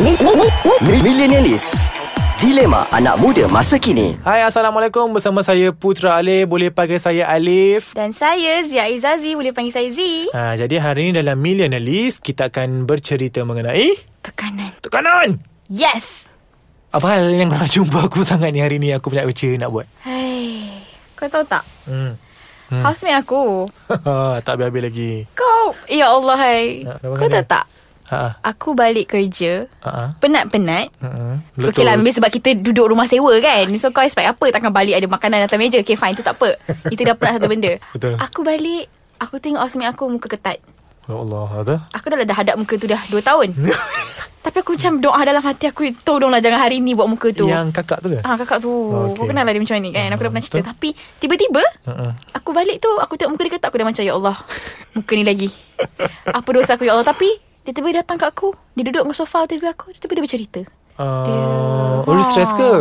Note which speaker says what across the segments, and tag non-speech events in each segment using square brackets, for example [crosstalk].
Speaker 1: Mi- mi- mi- mi- Millenialis Dilema anak muda masa kini
Speaker 2: Hai Assalamualaikum Bersama saya Putra Alif Boleh panggil saya Alif
Speaker 3: Dan saya Zia Izazi Boleh panggil saya Z
Speaker 2: ha, Jadi hari ini dalam Millionaire List Kita akan bercerita mengenai
Speaker 3: Tekanan
Speaker 2: Tekanan
Speaker 3: Yes
Speaker 2: Apa hal yang korang [laughs] jumpa aku sangat ni hari ni Aku banyak kerja nak buat [laughs]
Speaker 3: Hai Kau tahu tak
Speaker 2: hmm.
Speaker 3: hmm. Housemate aku
Speaker 2: Tak habis-habis lagi
Speaker 3: Kau Ya Allah hai
Speaker 2: Ya, kenapa
Speaker 3: Kau
Speaker 2: kena?
Speaker 3: tahu tak
Speaker 2: Ha,
Speaker 3: Aku balik kerja
Speaker 2: ha,
Speaker 3: Penat-penat
Speaker 2: ha, ha.
Speaker 3: Okey lah Maybe sebab kita duduk rumah sewa kan So kau expect apa Takkan balik ada makanan atas meja Okay fine Itu tak apa Itu dah penat satu benda
Speaker 2: [laughs] Betul.
Speaker 3: Aku balik Aku tengok housemate aku Muka ketat
Speaker 2: Ya Allah ada.
Speaker 3: Aku dah, dah hadap muka tu dah 2 tahun
Speaker 2: [laughs]
Speaker 3: Tapi aku macam doa dalam hati aku Tolonglah jangan hari ni buat muka tu
Speaker 2: Yang kakak tu ke?
Speaker 3: Ah kakak tu okay.
Speaker 2: Okey.
Speaker 3: Kau
Speaker 2: Ah,
Speaker 3: kenal lah dia macam ni kan Aku dah pernah cerita
Speaker 2: betul.
Speaker 3: Tapi tiba-tiba
Speaker 2: Ha,
Speaker 3: Aku balik tu Aku tengok muka dia ketat Aku dah macam Ya Allah Muka ni
Speaker 2: [laughs]
Speaker 3: lagi Apa dosa aku Ya Allah Tapi Dia tiba-tiba datang kat aku Dia duduk dengan sofa Tiba-tiba aku Tiba-tiba dia bercerita Eh,
Speaker 2: Uh, oh, dia stress ke?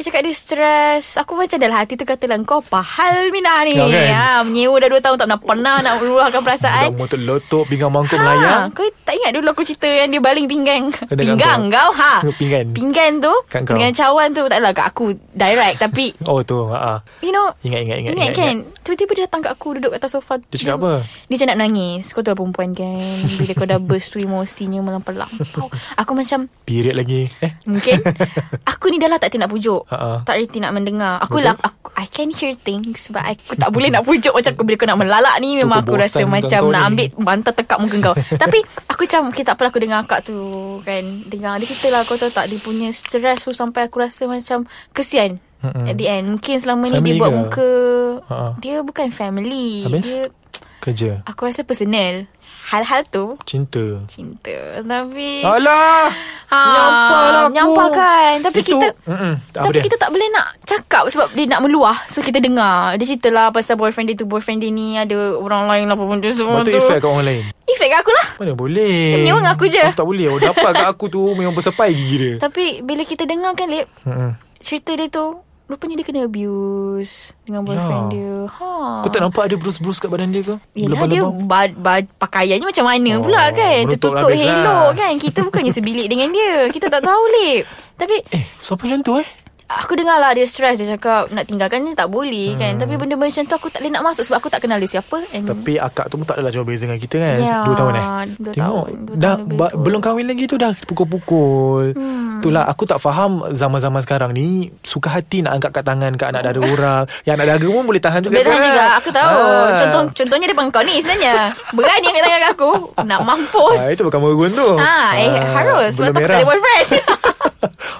Speaker 3: Dia cakap dia stres Aku macam dalam hati tu Katalah kau pahal Mina ni
Speaker 2: Ya, kan?
Speaker 3: ha, Menyewa dah 2 tahun Tak pernah pernah Nak luahkan perasaan
Speaker 2: Dalam motor lotok Pinggang mangkuk
Speaker 3: Ha,
Speaker 2: melayang
Speaker 3: kau tak ingat dulu aku cerita yang dia baling pinggang.
Speaker 2: Kena
Speaker 3: pinggang
Speaker 2: kau.
Speaker 3: kau. ha.
Speaker 2: Pinggan.
Speaker 3: Pinggan tu
Speaker 2: Kat kau.
Speaker 3: dengan cawan tu taklah kat aku direct
Speaker 2: [laughs]
Speaker 3: tapi
Speaker 2: Oh tu ha, ha.
Speaker 3: you know
Speaker 2: Ingat, ingat, ingat,
Speaker 3: Ingat
Speaker 2: ingat,
Speaker 3: kan Tiba-tiba dia datang kat aku Duduk atas sofa
Speaker 2: Dia cakap apa?
Speaker 3: Dia macam nak nangis Kau tahu lah perempuan kan Bila kau dah burst tu Emosinya
Speaker 2: [laughs]
Speaker 3: melampau-lampau Aku macam
Speaker 2: Period lagi Eh
Speaker 3: Mungkin [laughs] Aku ni dah lah tak reti nak pujuk
Speaker 2: Ha, ha.
Speaker 3: Tak reti nak mendengar Aku
Speaker 2: Betul.
Speaker 3: lah aku, I can hear things But aku tak boleh nak pujuk Macam aku, bila kau nak melalak ni Memang aku rasa
Speaker 2: kebosan
Speaker 3: macam
Speaker 2: kau
Speaker 3: Nak
Speaker 2: ni.
Speaker 3: ambil bantal tekap muka kau [laughs] Tapi aku macam Okay tak apalah aku dengar akak tu Kan Dengar dia cerita lah Kau tahu tak Dia punya stress tu Sampai aku rasa macam Kesian
Speaker 2: Mm-mm.
Speaker 3: At the end Mungkin selama ni
Speaker 2: Family
Speaker 3: Dia buat
Speaker 2: ke?
Speaker 3: muka
Speaker 2: Ha, ha.
Speaker 3: Dia bukan family
Speaker 2: Habis?
Speaker 3: Dia
Speaker 2: Kerja
Speaker 3: Aku rasa personal Hal-hal tu
Speaker 2: Cinta
Speaker 3: Cinta Tapi
Speaker 2: Alah
Speaker 3: Ha,
Speaker 2: Menyampah lah aku.
Speaker 3: menyampah kan. Tapi
Speaker 2: Itu-
Speaker 3: kita-
Speaker 2: Mm-mm. Tak apa
Speaker 3: Tapi
Speaker 2: dia
Speaker 3: kita tak boleh nak cakap sebab dia nak meluah. So kita dengar. Dia cerita lah pasal boyfriend dia tu, boyfriend dia ni, ada orang lain lah apa benda semua
Speaker 2: Lepas tu
Speaker 3: tu.
Speaker 2: efek kat orang lain
Speaker 3: Efek kat aku lah.
Speaker 2: Mana boleh
Speaker 3: Kena orang aku je.
Speaker 2: Aku tak boleh Orang dapat kat aku tu Memang bersepai gigi dia
Speaker 3: Tapi bila kita dengar kan, Lip,
Speaker 2: Mm-mm.
Speaker 3: cerita dia tu, rupanya dia kena abuse dengan
Speaker 2: Ya.
Speaker 3: boyfriend dia. Ha.
Speaker 2: Kau tak nampak ada bruise-bruise kat badan dia ke?
Speaker 3: Yelah dia ba- ba- pakaiannya macam
Speaker 2: Oh,
Speaker 3: mana oh, pula kan
Speaker 2: menutup
Speaker 3: Tertutup
Speaker 2: habis lah.
Speaker 3: helok kan Kita bukannya sebilik dengan dia Kita tak tahu Lip Tapi
Speaker 2: Eh, sampai macam tu eh?
Speaker 3: Aku dengar lah dia stress Dia cakap nak tinggalkan ni tak boleh hmm. kan Tapi benda-benda macam tu aku tak boleh nak masuk Sebab aku tak kenal dia siapa And
Speaker 2: Tapi akak tu pun tak adalah jauh beza dengan kita kan
Speaker 3: Hmm. Ya,
Speaker 2: Dua tahun eh
Speaker 3: dua
Speaker 2: Tengok
Speaker 3: tahun, dua
Speaker 2: dah,
Speaker 3: tahun lebih
Speaker 2: ba-
Speaker 3: tu.
Speaker 2: Belum kahwin lagi tu dah pukul-pukul hmm. Itulah aku tak faham Zaman-zaman sekarang ni Suka hati nak angkat kat tangan Kat anak dara
Speaker 3: [laughs]
Speaker 2: orang Yang anak dara pun boleh tahan juga
Speaker 3: Boleh tahan
Speaker 2: sekarang.
Speaker 3: juga Aku tahu
Speaker 2: Ah.
Speaker 3: Contoh Contohnya daripada kau ni sebenarnya Berani angkat tangan kat aku Nak mampus
Speaker 2: Ah, itu bukan merun tu.
Speaker 3: ha, eh,
Speaker 2: Ah,
Speaker 3: harus Sebab
Speaker 2: Belum
Speaker 3: takut tak
Speaker 2: merah. [laughs]
Speaker 3: ada boyfriend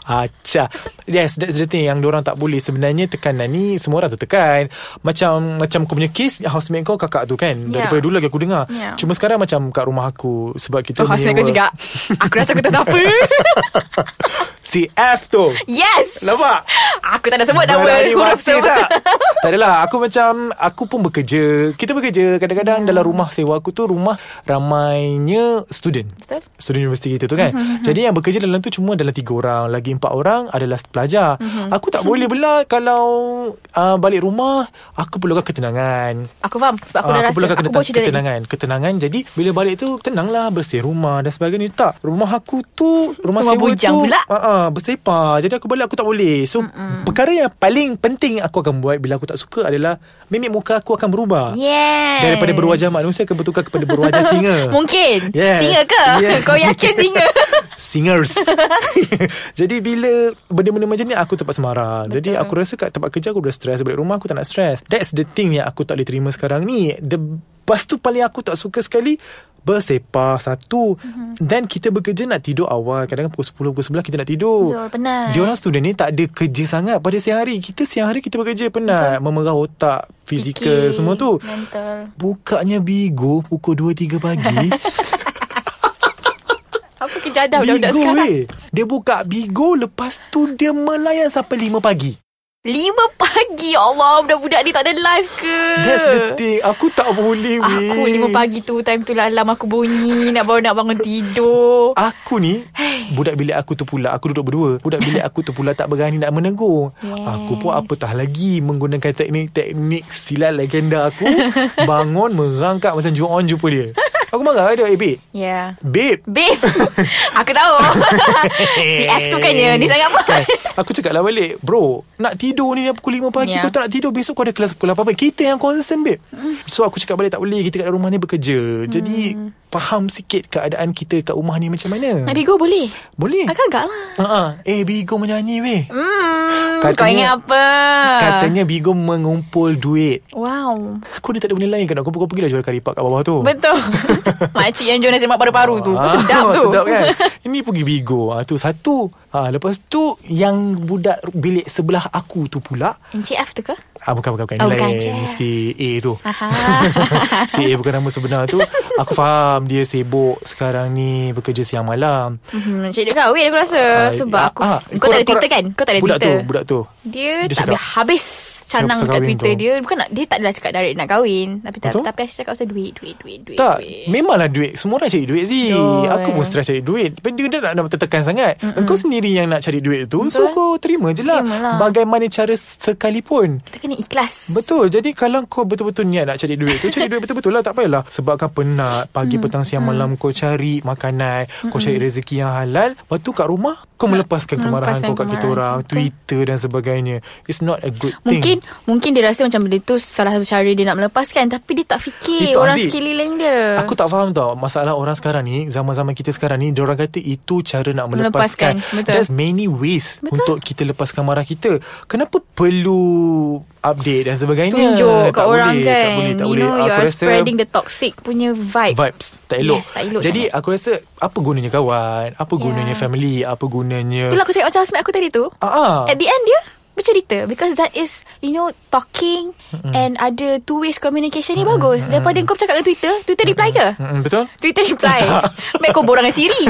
Speaker 2: Acah Yes that's the thing Yang diorang tak boleh Sebenarnya tekanan ni Semua orang tertekan Macam Macam kau punya case Housemate kau kakak tu kan
Speaker 3: Ya.
Speaker 2: Daripada dulu lagi aku dengar
Speaker 3: Ya.
Speaker 2: Cuma sekarang macam Kat rumah aku Sebab kita
Speaker 3: Oh housemate kau
Speaker 2: menyewa-
Speaker 3: juga Aku rasa aku tak
Speaker 2: [laughs]
Speaker 3: siapa
Speaker 2: Si F tu
Speaker 3: Yes
Speaker 2: Nampak?
Speaker 3: Aku tak nak sebut nama
Speaker 2: Berani
Speaker 3: Huruf
Speaker 2: mati
Speaker 3: sebut [laughs]
Speaker 2: tak? tak adalah Aku macam Aku pun bekerja Kita bekerja Kadang-kadang
Speaker 3: Ya.
Speaker 2: dalam rumah sewa aku tu Rumah ramainya student
Speaker 3: Betul.
Speaker 2: Student universiti kita tu
Speaker 3: [laughs]
Speaker 2: kan [laughs] Jadi yang bekerja dalam tu Cuma dalam tiga orang Lagi empat orang adalah
Speaker 3: [laughs]
Speaker 2: pelajar Aku tak boleh pula Kalau uh, balik rumah Aku perlukan ketenangan
Speaker 3: Aku faham Sebab aku
Speaker 2: Ah,
Speaker 3: dah
Speaker 2: aku pula akan
Speaker 3: rasa Aku
Speaker 2: kena
Speaker 3: bawa cerita tadi
Speaker 2: ketenangan ketenangan jadi bila balik tu tenanglah bersih rumah dan sebagainya tak rumah aku tu rumah,
Speaker 3: Rumah
Speaker 2: sewa
Speaker 3: bujang
Speaker 2: tu
Speaker 3: pula.
Speaker 2: uh, uh, bersepah jadi aku balik aku tak boleh so Mm-mm. perkara yang paling penting aku akan buat bila aku tak suka adalah mimik muka aku akan berubah
Speaker 3: Yes
Speaker 2: daripada
Speaker 3: [laughs]
Speaker 2: berwajah manusia akan bertukar kepada berwajah singa
Speaker 3: Mungkin
Speaker 2: Yes.
Speaker 3: Singa ke
Speaker 2: Yes.
Speaker 3: Kau yakin singa
Speaker 2: Singers
Speaker 3: [laughs]
Speaker 2: Jadi bila Benda-benda macam ni Aku terpaksa marah Jadi aku rasa kat tempat kerja Aku dah stress Balik rumah aku tak nak stress That's the thing yang aku tak boleh terima sekarang ni The Lepas tu paling aku tak suka sekali Bersepah Satu
Speaker 3: Mhm.
Speaker 2: mm-hmm. Then kita bekerja nak tidur awal Kadang-kadang pukul 10 Pukul 11 kita nak tidur
Speaker 3: Betul, penat.
Speaker 2: Dia orang student ni tak ada kerja sangat Pada siang hari Kita siang hari kita bekerja penat Memerah otak [laughs] Fizikal
Speaker 3: Fikir,
Speaker 2: semua tu
Speaker 3: Mental
Speaker 2: Bukanya bigo Pukul 2-3 pagi
Speaker 3: [laughs] Apa kejadah budak-budak
Speaker 2: Bigo,
Speaker 3: sekarang
Speaker 2: weh. eh. Dia buka Bigo Lepas tu dia melayan sampai 5 pagi
Speaker 3: Lima pagi Ya Allah Budak-budak ni tak ada live ke
Speaker 2: That's the thing Aku tak boleh weh.
Speaker 3: Aku lima pagi tu Time tu lah alam aku bunyi Nak baru nak bangun tidur
Speaker 2: Aku ni Budak bilik aku tu pula Aku duduk berdua Budak bilik aku tu pula Tak berani nak menegur
Speaker 3: Yes.
Speaker 2: Aku pun apatah lagi Menggunakan
Speaker 3: [laughs]
Speaker 2: teknik Teknik silat legenda aku Bangun Merangkak macam Ju on jumpa dia Aku marah dia Eh babe
Speaker 3: Yeah
Speaker 2: Babe
Speaker 3: Babe Ya. [laughs] Aku tahu [laughs] Si F tu kan ya Dia sangat apa
Speaker 2: Kan? Aku cakap lah balik Bro Nak tidur ni dah pukul 5 pagi yeah.
Speaker 3: Ya.
Speaker 2: Kau tak nak tidur Besok kau ada kelas pukul 8 pagi Kita yang concern babe So aku cakap balik Tak boleh Kita kat rumah ni bekerja Jadi
Speaker 3: Hmm.
Speaker 2: Faham sikit keadaan kita Kat rumah ni macam mana
Speaker 3: Nak bigo boleh
Speaker 2: Boleh
Speaker 3: Agak-agak lah
Speaker 2: uh-huh. Eh Bigo menyanyi weh
Speaker 3: Hmm,
Speaker 2: Katanya-
Speaker 3: kau ingat apa?
Speaker 2: Katanya Bigo mengumpul duit
Speaker 3: Wow.
Speaker 2: Kau ni tak ada benda lain kan Kau, kau pergilah jual kari pak kat bawah tu
Speaker 3: Betul. [laughs] Makcik yang jual nasi lemak paru-paru tu.
Speaker 2: Ah, [laughs]
Speaker 3: sedap tu.
Speaker 2: Sedap kan Ini pergi Bigo ah, tu satu ah, Lepas tu Yang budak bilik sebelah aku tu pula
Speaker 3: Encik F tu ke?
Speaker 2: ah, Bukan bukan bukan
Speaker 3: Oh,
Speaker 2: Yang
Speaker 3: bukan Ah.
Speaker 2: lain
Speaker 3: je.
Speaker 2: Si A tu
Speaker 3: Aha. [laughs]
Speaker 2: Si A bukan nama sebenar tu Aku faham Dia sibuk sekarang ni Bekerja siang malam
Speaker 3: Hmm, Encik dia kahwin aku rasa.
Speaker 2: Ah,
Speaker 3: Sebab
Speaker 2: ah,
Speaker 3: aku...
Speaker 2: ah,
Speaker 3: kau tak ada
Speaker 2: korang-
Speaker 3: Twitter kan? Kau tak ada
Speaker 2: budak
Speaker 3: Twitter.
Speaker 2: tu, Budak tu
Speaker 3: Dia,
Speaker 2: Dia
Speaker 3: tak
Speaker 2: cakap-
Speaker 3: habis habis canang
Speaker 2: pasal
Speaker 3: kat
Speaker 2: kahwin
Speaker 3: Twitter
Speaker 2: tu.
Speaker 3: dia. Bukan nak, dia tak adalah cakap direct nak kahwin. Tapi tak,
Speaker 2: Betul?
Speaker 3: tapi Aisyah cakap pasal duit, duit, duit, duit.
Speaker 2: tak,
Speaker 3: duit.
Speaker 2: memanglah duit Semua orang cari duit Zee
Speaker 3: Betul.
Speaker 2: Aku pun stress cari duit Tapi dia tak nak tertekan sangat Mm-mm. Kau sendiri yang nak cari duit tu
Speaker 3: Betul.
Speaker 2: So kau terima je lah
Speaker 3: Terimalah.
Speaker 2: Bagaimana cara sekalipun
Speaker 3: Kita kena ikhlas.
Speaker 2: Betul Jadi kalau kau betul-betul niat Nak cari duit tu Cari duit betul-betul lah Tak payahlah Sebab kau penat
Speaker 3: Hmm.
Speaker 2: Pagi petang siang malam Kau cari makanan Kau cari rezeki yang halal Lepas tu kat rumah Kau melepaskan kemarahan
Speaker 3: melepaskan
Speaker 2: kau kat kita
Speaker 3: kemarahan
Speaker 2: orang
Speaker 3: kita.
Speaker 2: Twitter dan sebagainya It's not a good thing
Speaker 3: Mungkin mungkin dia rasa macam benda tu salah satu cara dia nak melepaskan tapi dia tak fikir
Speaker 2: Itu,
Speaker 3: eh, orang
Speaker 2: Aziz.
Speaker 3: sekeliling dia.
Speaker 2: Aku tak faham tau Masalah orang sekarang ni Zaman-zaman kita sekarang ni Diorang kata itu cara nak
Speaker 3: Melepaskan,
Speaker 2: melepaskan,
Speaker 3: betul.
Speaker 2: There's many ways
Speaker 3: Betul.
Speaker 2: Betul. Untuk kita lepaskan marah kita Kenapa perlu Update dan sebagainya Tak
Speaker 3: tunjuk kat orang
Speaker 2: boleh,
Speaker 3: kan.
Speaker 2: Tak boleh, tak
Speaker 3: you
Speaker 2: boleh
Speaker 3: know
Speaker 2: Aku
Speaker 3: you are
Speaker 2: rasa
Speaker 3: spreading the toxic punya vibe.
Speaker 2: Vibes Tak elok
Speaker 3: Yes, tak elok
Speaker 2: Jadi
Speaker 3: sangat.
Speaker 2: aku rasa Apa gunanya kawan Apa
Speaker 3: Ya.
Speaker 2: gunanya family Apa gunanya
Speaker 3: Itulah aku cakap macam housemate aku tadi tu.
Speaker 2: Ah, ah.
Speaker 3: At the end dia bercerita because that is you know talking mm-hmm. and ada two ways communication ni mm-hmm. bagus daripada kau bercakap kat Twitter Twitter reply ke
Speaker 2: Mm,
Speaker 3: [laughs]
Speaker 2: betul
Speaker 3: Twitter reply Make kau borang dengan Siri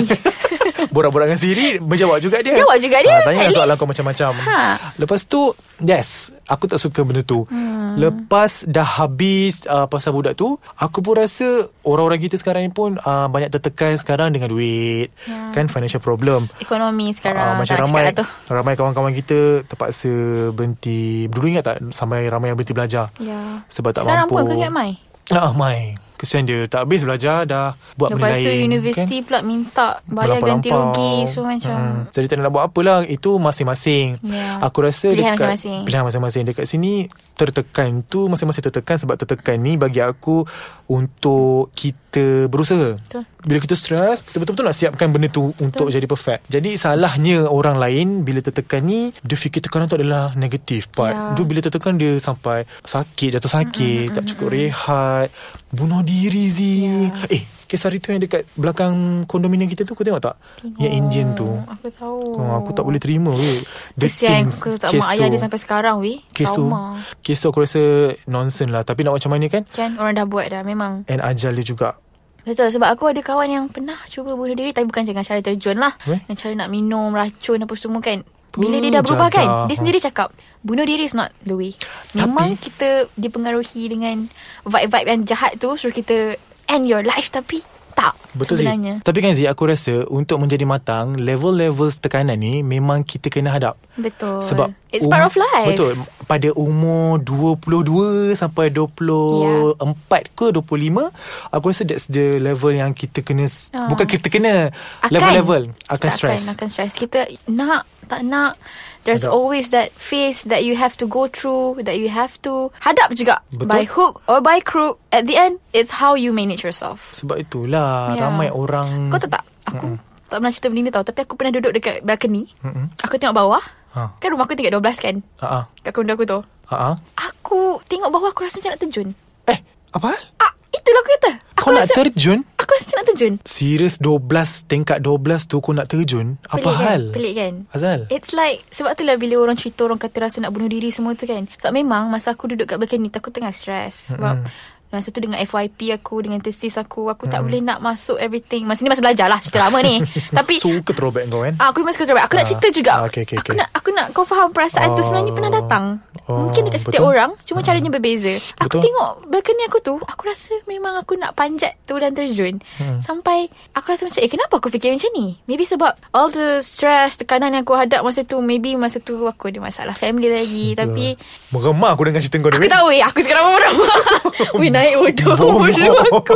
Speaker 2: Borak-borak dengan Siri Menjawab juga dia
Speaker 3: Jawab juga
Speaker 2: ha,
Speaker 3: dia,
Speaker 2: Tanya
Speaker 3: at
Speaker 2: soalan
Speaker 3: least.
Speaker 2: kau macam-macam
Speaker 3: Ha.
Speaker 2: Lepas tu Yes Aku tak suka benda tu hmm. Lepas dah habis uh, Pasal budak tu Aku pun rasa Orang-orang kita sekarang ni pun uh, Banyak tertekan sekarang dengan duit
Speaker 3: Ya.
Speaker 2: Kan financial problem
Speaker 3: [laughs] Ekonomi
Speaker 2: Ah,
Speaker 3: sekarang
Speaker 2: macam
Speaker 3: tak nak
Speaker 2: ramai
Speaker 3: cakap lah tu
Speaker 2: ramai kawan-kawan kita terpaksa berhenti dulu ingat tak sampai ramai yang berhenti belajar
Speaker 3: Ya.
Speaker 2: sebab tak
Speaker 3: Sekarang
Speaker 2: mampu
Speaker 3: pun kau ingat Mai
Speaker 2: Ah, Mai. Kesian dia. Tak habis belajar, dah buat benda
Speaker 3: Lepas
Speaker 2: lain. kan?
Speaker 3: tu universiti pula minta bayar ganti rugi So macam
Speaker 2: hmm. Jadi tak nak buat apalah Itu masing-masing
Speaker 3: Ya.
Speaker 2: Aku rasa
Speaker 3: Pilihan
Speaker 2: dekat,
Speaker 3: masing-masing.
Speaker 2: Pilihan masing-masing Dekat sini Tertekan tu Masing-masing tertekan Sebab tertekan ni Bagi aku Untuk kita berusaha
Speaker 3: Betul.
Speaker 2: Bila kita stres Kita betul-betul nak siapkan benda tu Untuk jadi perfect Jadi salahnya orang lain Bila tertekan ni Dia fikir tekanan tu adalah Negatif part
Speaker 3: Ya.
Speaker 2: yeah. Dia bila tertekan dia Sampai sakit Jatuh sakit Tak cukup rehat Bunuh diri Zee
Speaker 3: Ya.
Speaker 2: yeah. Eh Kes hari tu yang dekat belakang kondominium kita tu kau tengok tak? Tengok. Yang Ya, Indian tu.
Speaker 3: Aku tahu
Speaker 2: Oh, aku tak boleh terima weh. The
Speaker 3: Kesian
Speaker 2: things,
Speaker 3: aku tak
Speaker 2: kes
Speaker 3: mak ayah
Speaker 2: tu.
Speaker 3: dia sampai sekarang weh
Speaker 2: Kes tu
Speaker 3: Trauma
Speaker 2: Kes tu aku rasa Nonsense lah Tapi nak macam mana kan
Speaker 3: Kan orang dah buat dah memang
Speaker 2: And ajal dia juga
Speaker 3: Betul sebab aku ada kawan yang pernah cuba bunuh diri Tapi bukan dengan cara terjun lah
Speaker 2: Eh?
Speaker 3: Dengan cara nak minum racun apa semua kan Bila dia dah
Speaker 2: Puh,
Speaker 3: berubah
Speaker 2: jaga.
Speaker 3: kan Dia sendiri cakap Bunuh diri is not the way Memang
Speaker 2: Tapi-
Speaker 3: kita dipengaruhi dengan Vibe-vibe yang jahat tu Suruh kita end your life Tapi tak
Speaker 2: Betul Zee
Speaker 3: sebenarnya
Speaker 2: Tapi kan Zee aku rasa Untuk menjadi matang Level-level tekanan ni Memang kita kena hadap
Speaker 3: Betul
Speaker 2: Sebab um-
Speaker 3: It's part of life
Speaker 2: Betul Pada umur 22 Sampai 24 ke 25 Aku rasa that's the level Yang kita kena
Speaker 3: Ah.
Speaker 2: uh. Bukan kita kena
Speaker 3: Akan.
Speaker 2: Level-level Akan
Speaker 3: Tak
Speaker 2: stress
Speaker 3: Akan, akan stress. Kita nak, tak nak. There's
Speaker 2: Hadap.
Speaker 3: always that phase that you have to go through, that you have to hadap juga.
Speaker 2: Betul.
Speaker 3: By hook or by crook. At the end, it's how you manage yourself.
Speaker 2: Sebab itulah
Speaker 3: Ya.
Speaker 2: yeah. Ramai orang
Speaker 3: Kau tahu tak?
Speaker 2: Hmm.
Speaker 3: Aku tak pernah cerita benda ni tau. Tapi aku pernah duduk dekat balcony.
Speaker 2: Mm-mm.
Speaker 3: Aku tengok bawah.
Speaker 2: Hmm. Ha.
Speaker 3: Kan rumah aku tingkat 12 kan?
Speaker 2: Ah, ah.
Speaker 3: Kat kondo aku tu.
Speaker 2: Ah, ah.
Speaker 3: Aku tengok bawah aku rasa macam nak terjun.
Speaker 2: Eh apa hal
Speaker 3: Ah, itulah aku kata. Aku
Speaker 2: Kau nak
Speaker 3: rasa,
Speaker 2: terjun
Speaker 3: Aku rasa macam nak terjun.
Speaker 2: Serius 12 Tingkat 12 tu Kau nak terjun Apa
Speaker 3: pelik
Speaker 2: hal
Speaker 3: Kan? Pelik kan?
Speaker 2: Azal
Speaker 3: It's like Sebab tu lah bila orang cerita Orang kata rasa nak bunuh diri semua tu kan Sebab memang Masa aku duduk kat balcony tu Aku tengah stress Sebab Masa tu dengan FYP aku Dengan thesis aku Aku tak boleh nak masuk everything Masa ni masa belajar lah Cerita lama ni Tapi
Speaker 2: Suka throwback kau kan
Speaker 3: ah, Aku memang suka throwback Aku nak
Speaker 2: Ah.
Speaker 3: cerita juga
Speaker 2: Ah, okay, okay,
Speaker 3: Aku
Speaker 2: okay.
Speaker 3: nak aku nak kau faham perasaan tu Sebenarnya
Speaker 2: Oh.
Speaker 3: pernah datang
Speaker 2: Oh,
Speaker 3: Mungkin dekat
Speaker 2: betul.
Speaker 3: setiap
Speaker 2: Hmm.
Speaker 3: orang Cuma caranya berbeza Aku
Speaker 2: Betul.
Speaker 3: tengok balcony aku tu Aku rasa memang aku nak panjat tu dan terjun
Speaker 2: Hmm.
Speaker 3: Sampai Aku rasa macam Eh kenapa aku fikir macam ni Maybe sebab All the stress Tekanan yang aku hadap masa tu Maybe masa tu aku ada masalah family lagi Tapi
Speaker 2: Meremah aku dengar cerita kau ni
Speaker 3: Aku tahu eh Aku sekarang [laughs]
Speaker 2: [laughs]
Speaker 3: meremah Weh naik bodoh [laughs] Bodoh aku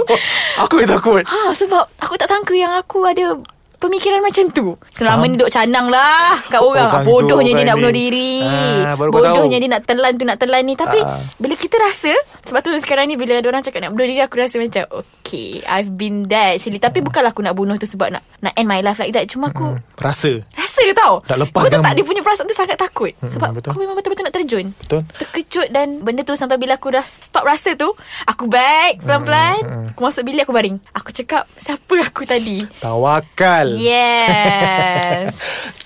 Speaker 2: Aku yang takut
Speaker 3: Ha sebab Aku tak sangka yang aku ada Pemikiran macam tu Selama ni duk canang lah Kat
Speaker 2: Orang
Speaker 3: orang, orang
Speaker 2: tu,
Speaker 3: Bodohnya dia
Speaker 2: orang
Speaker 3: nak
Speaker 2: ni.
Speaker 3: bunuh diri
Speaker 2: Ah, baru kau
Speaker 3: Bodohnya
Speaker 2: tahu.
Speaker 3: dia nak telan tu Nak telan ni Tapi
Speaker 2: Ah.
Speaker 3: Bila kita rasa Sebab tu sekarang ni Bila ada orang cakap nak bunuh diri Aku rasa macam Okay I've been there actually
Speaker 2: Ah.
Speaker 3: Tapi bukanlah aku nak bunuh tu Sebab nak nak end my life like that Cuma aku
Speaker 2: Hmm. Rasa
Speaker 3: Rasa tau
Speaker 2: Nak
Speaker 3: Kau
Speaker 2: lepaskan-
Speaker 3: tak dia punya perasaan tu sangat takut Sebab
Speaker 2: Hmm, betul.
Speaker 3: kau memang betul-betul nak terjun
Speaker 2: Betul
Speaker 3: terkejut dan benda tu sampai bila aku dah stop rasa tu aku back pelan-pelan
Speaker 2: Hmm,
Speaker 3: aku masuk bilik aku baring aku cakap siapa aku
Speaker 2: [laughs]
Speaker 3: tadi
Speaker 2: Tawakal
Speaker 3: yes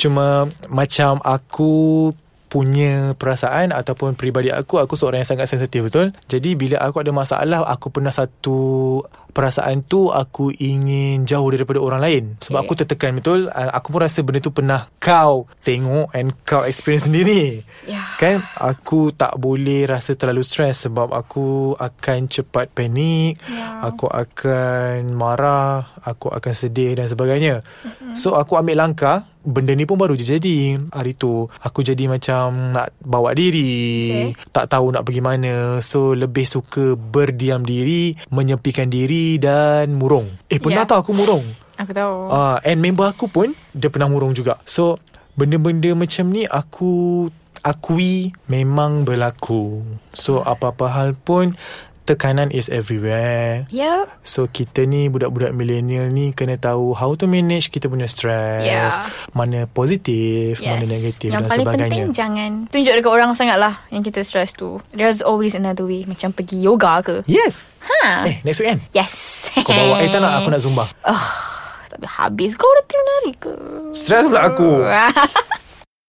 Speaker 2: Cuma macam aku punya perasaan ataupun peribadi aku aku seorang yang sangat sensitif betul jadi bila aku ada masalah aku pernah satu perasaan tu aku ingin jauh daripada orang lain sebab
Speaker 3: Okay.
Speaker 2: aku tertekan betul Uh, aku pun rasa benda tu pernah kau tengok and kau experience sendiri
Speaker 3: Ya.
Speaker 2: kan aku tak boleh rasa terlalu stres sebab aku akan cepat panik
Speaker 3: Ya.
Speaker 2: aku akan marah, aku akan sedih dan sebagainya. Mm-hmm. So aku ambil langkah, benda ni pun baru je jadi hari tu. Aku jadi macam nak bawa diri, okay. tak tahu nak pergi mana. So lebih suka berdiam diri, menyepikan diri dan murung. Eh pernah yeah.
Speaker 3: Ya.
Speaker 2: tau aku murung.
Speaker 3: aku tahu
Speaker 2: Ah, and member aku pun dia pernah murung juga. So benda-benda macam ni aku akui memang berlaku. So apa-apa hal pun tekanan is everywhere.
Speaker 3: yep
Speaker 2: So kita ni budak-budak milenial ni kena tahu how to manage kita punya stress.
Speaker 3: Yeah.
Speaker 2: Mana positif,
Speaker 3: Yes.
Speaker 2: mana negatif
Speaker 3: Yang
Speaker 2: dan
Speaker 3: paling
Speaker 2: sebagainya.
Speaker 3: penting jangan tunjuk dekat orang sangat lah yang kita stress tu. There's always another way. Macam pergi yoga ke.
Speaker 2: yes.
Speaker 3: Ha.
Speaker 2: Eh, next weekend
Speaker 3: Yes.
Speaker 2: kau bawa eh tak nak
Speaker 3: [laughs]
Speaker 2: aku nak zumba.
Speaker 3: Oh, tapi habis kau reti menari ke? [laughs]
Speaker 2: Stress pula aku.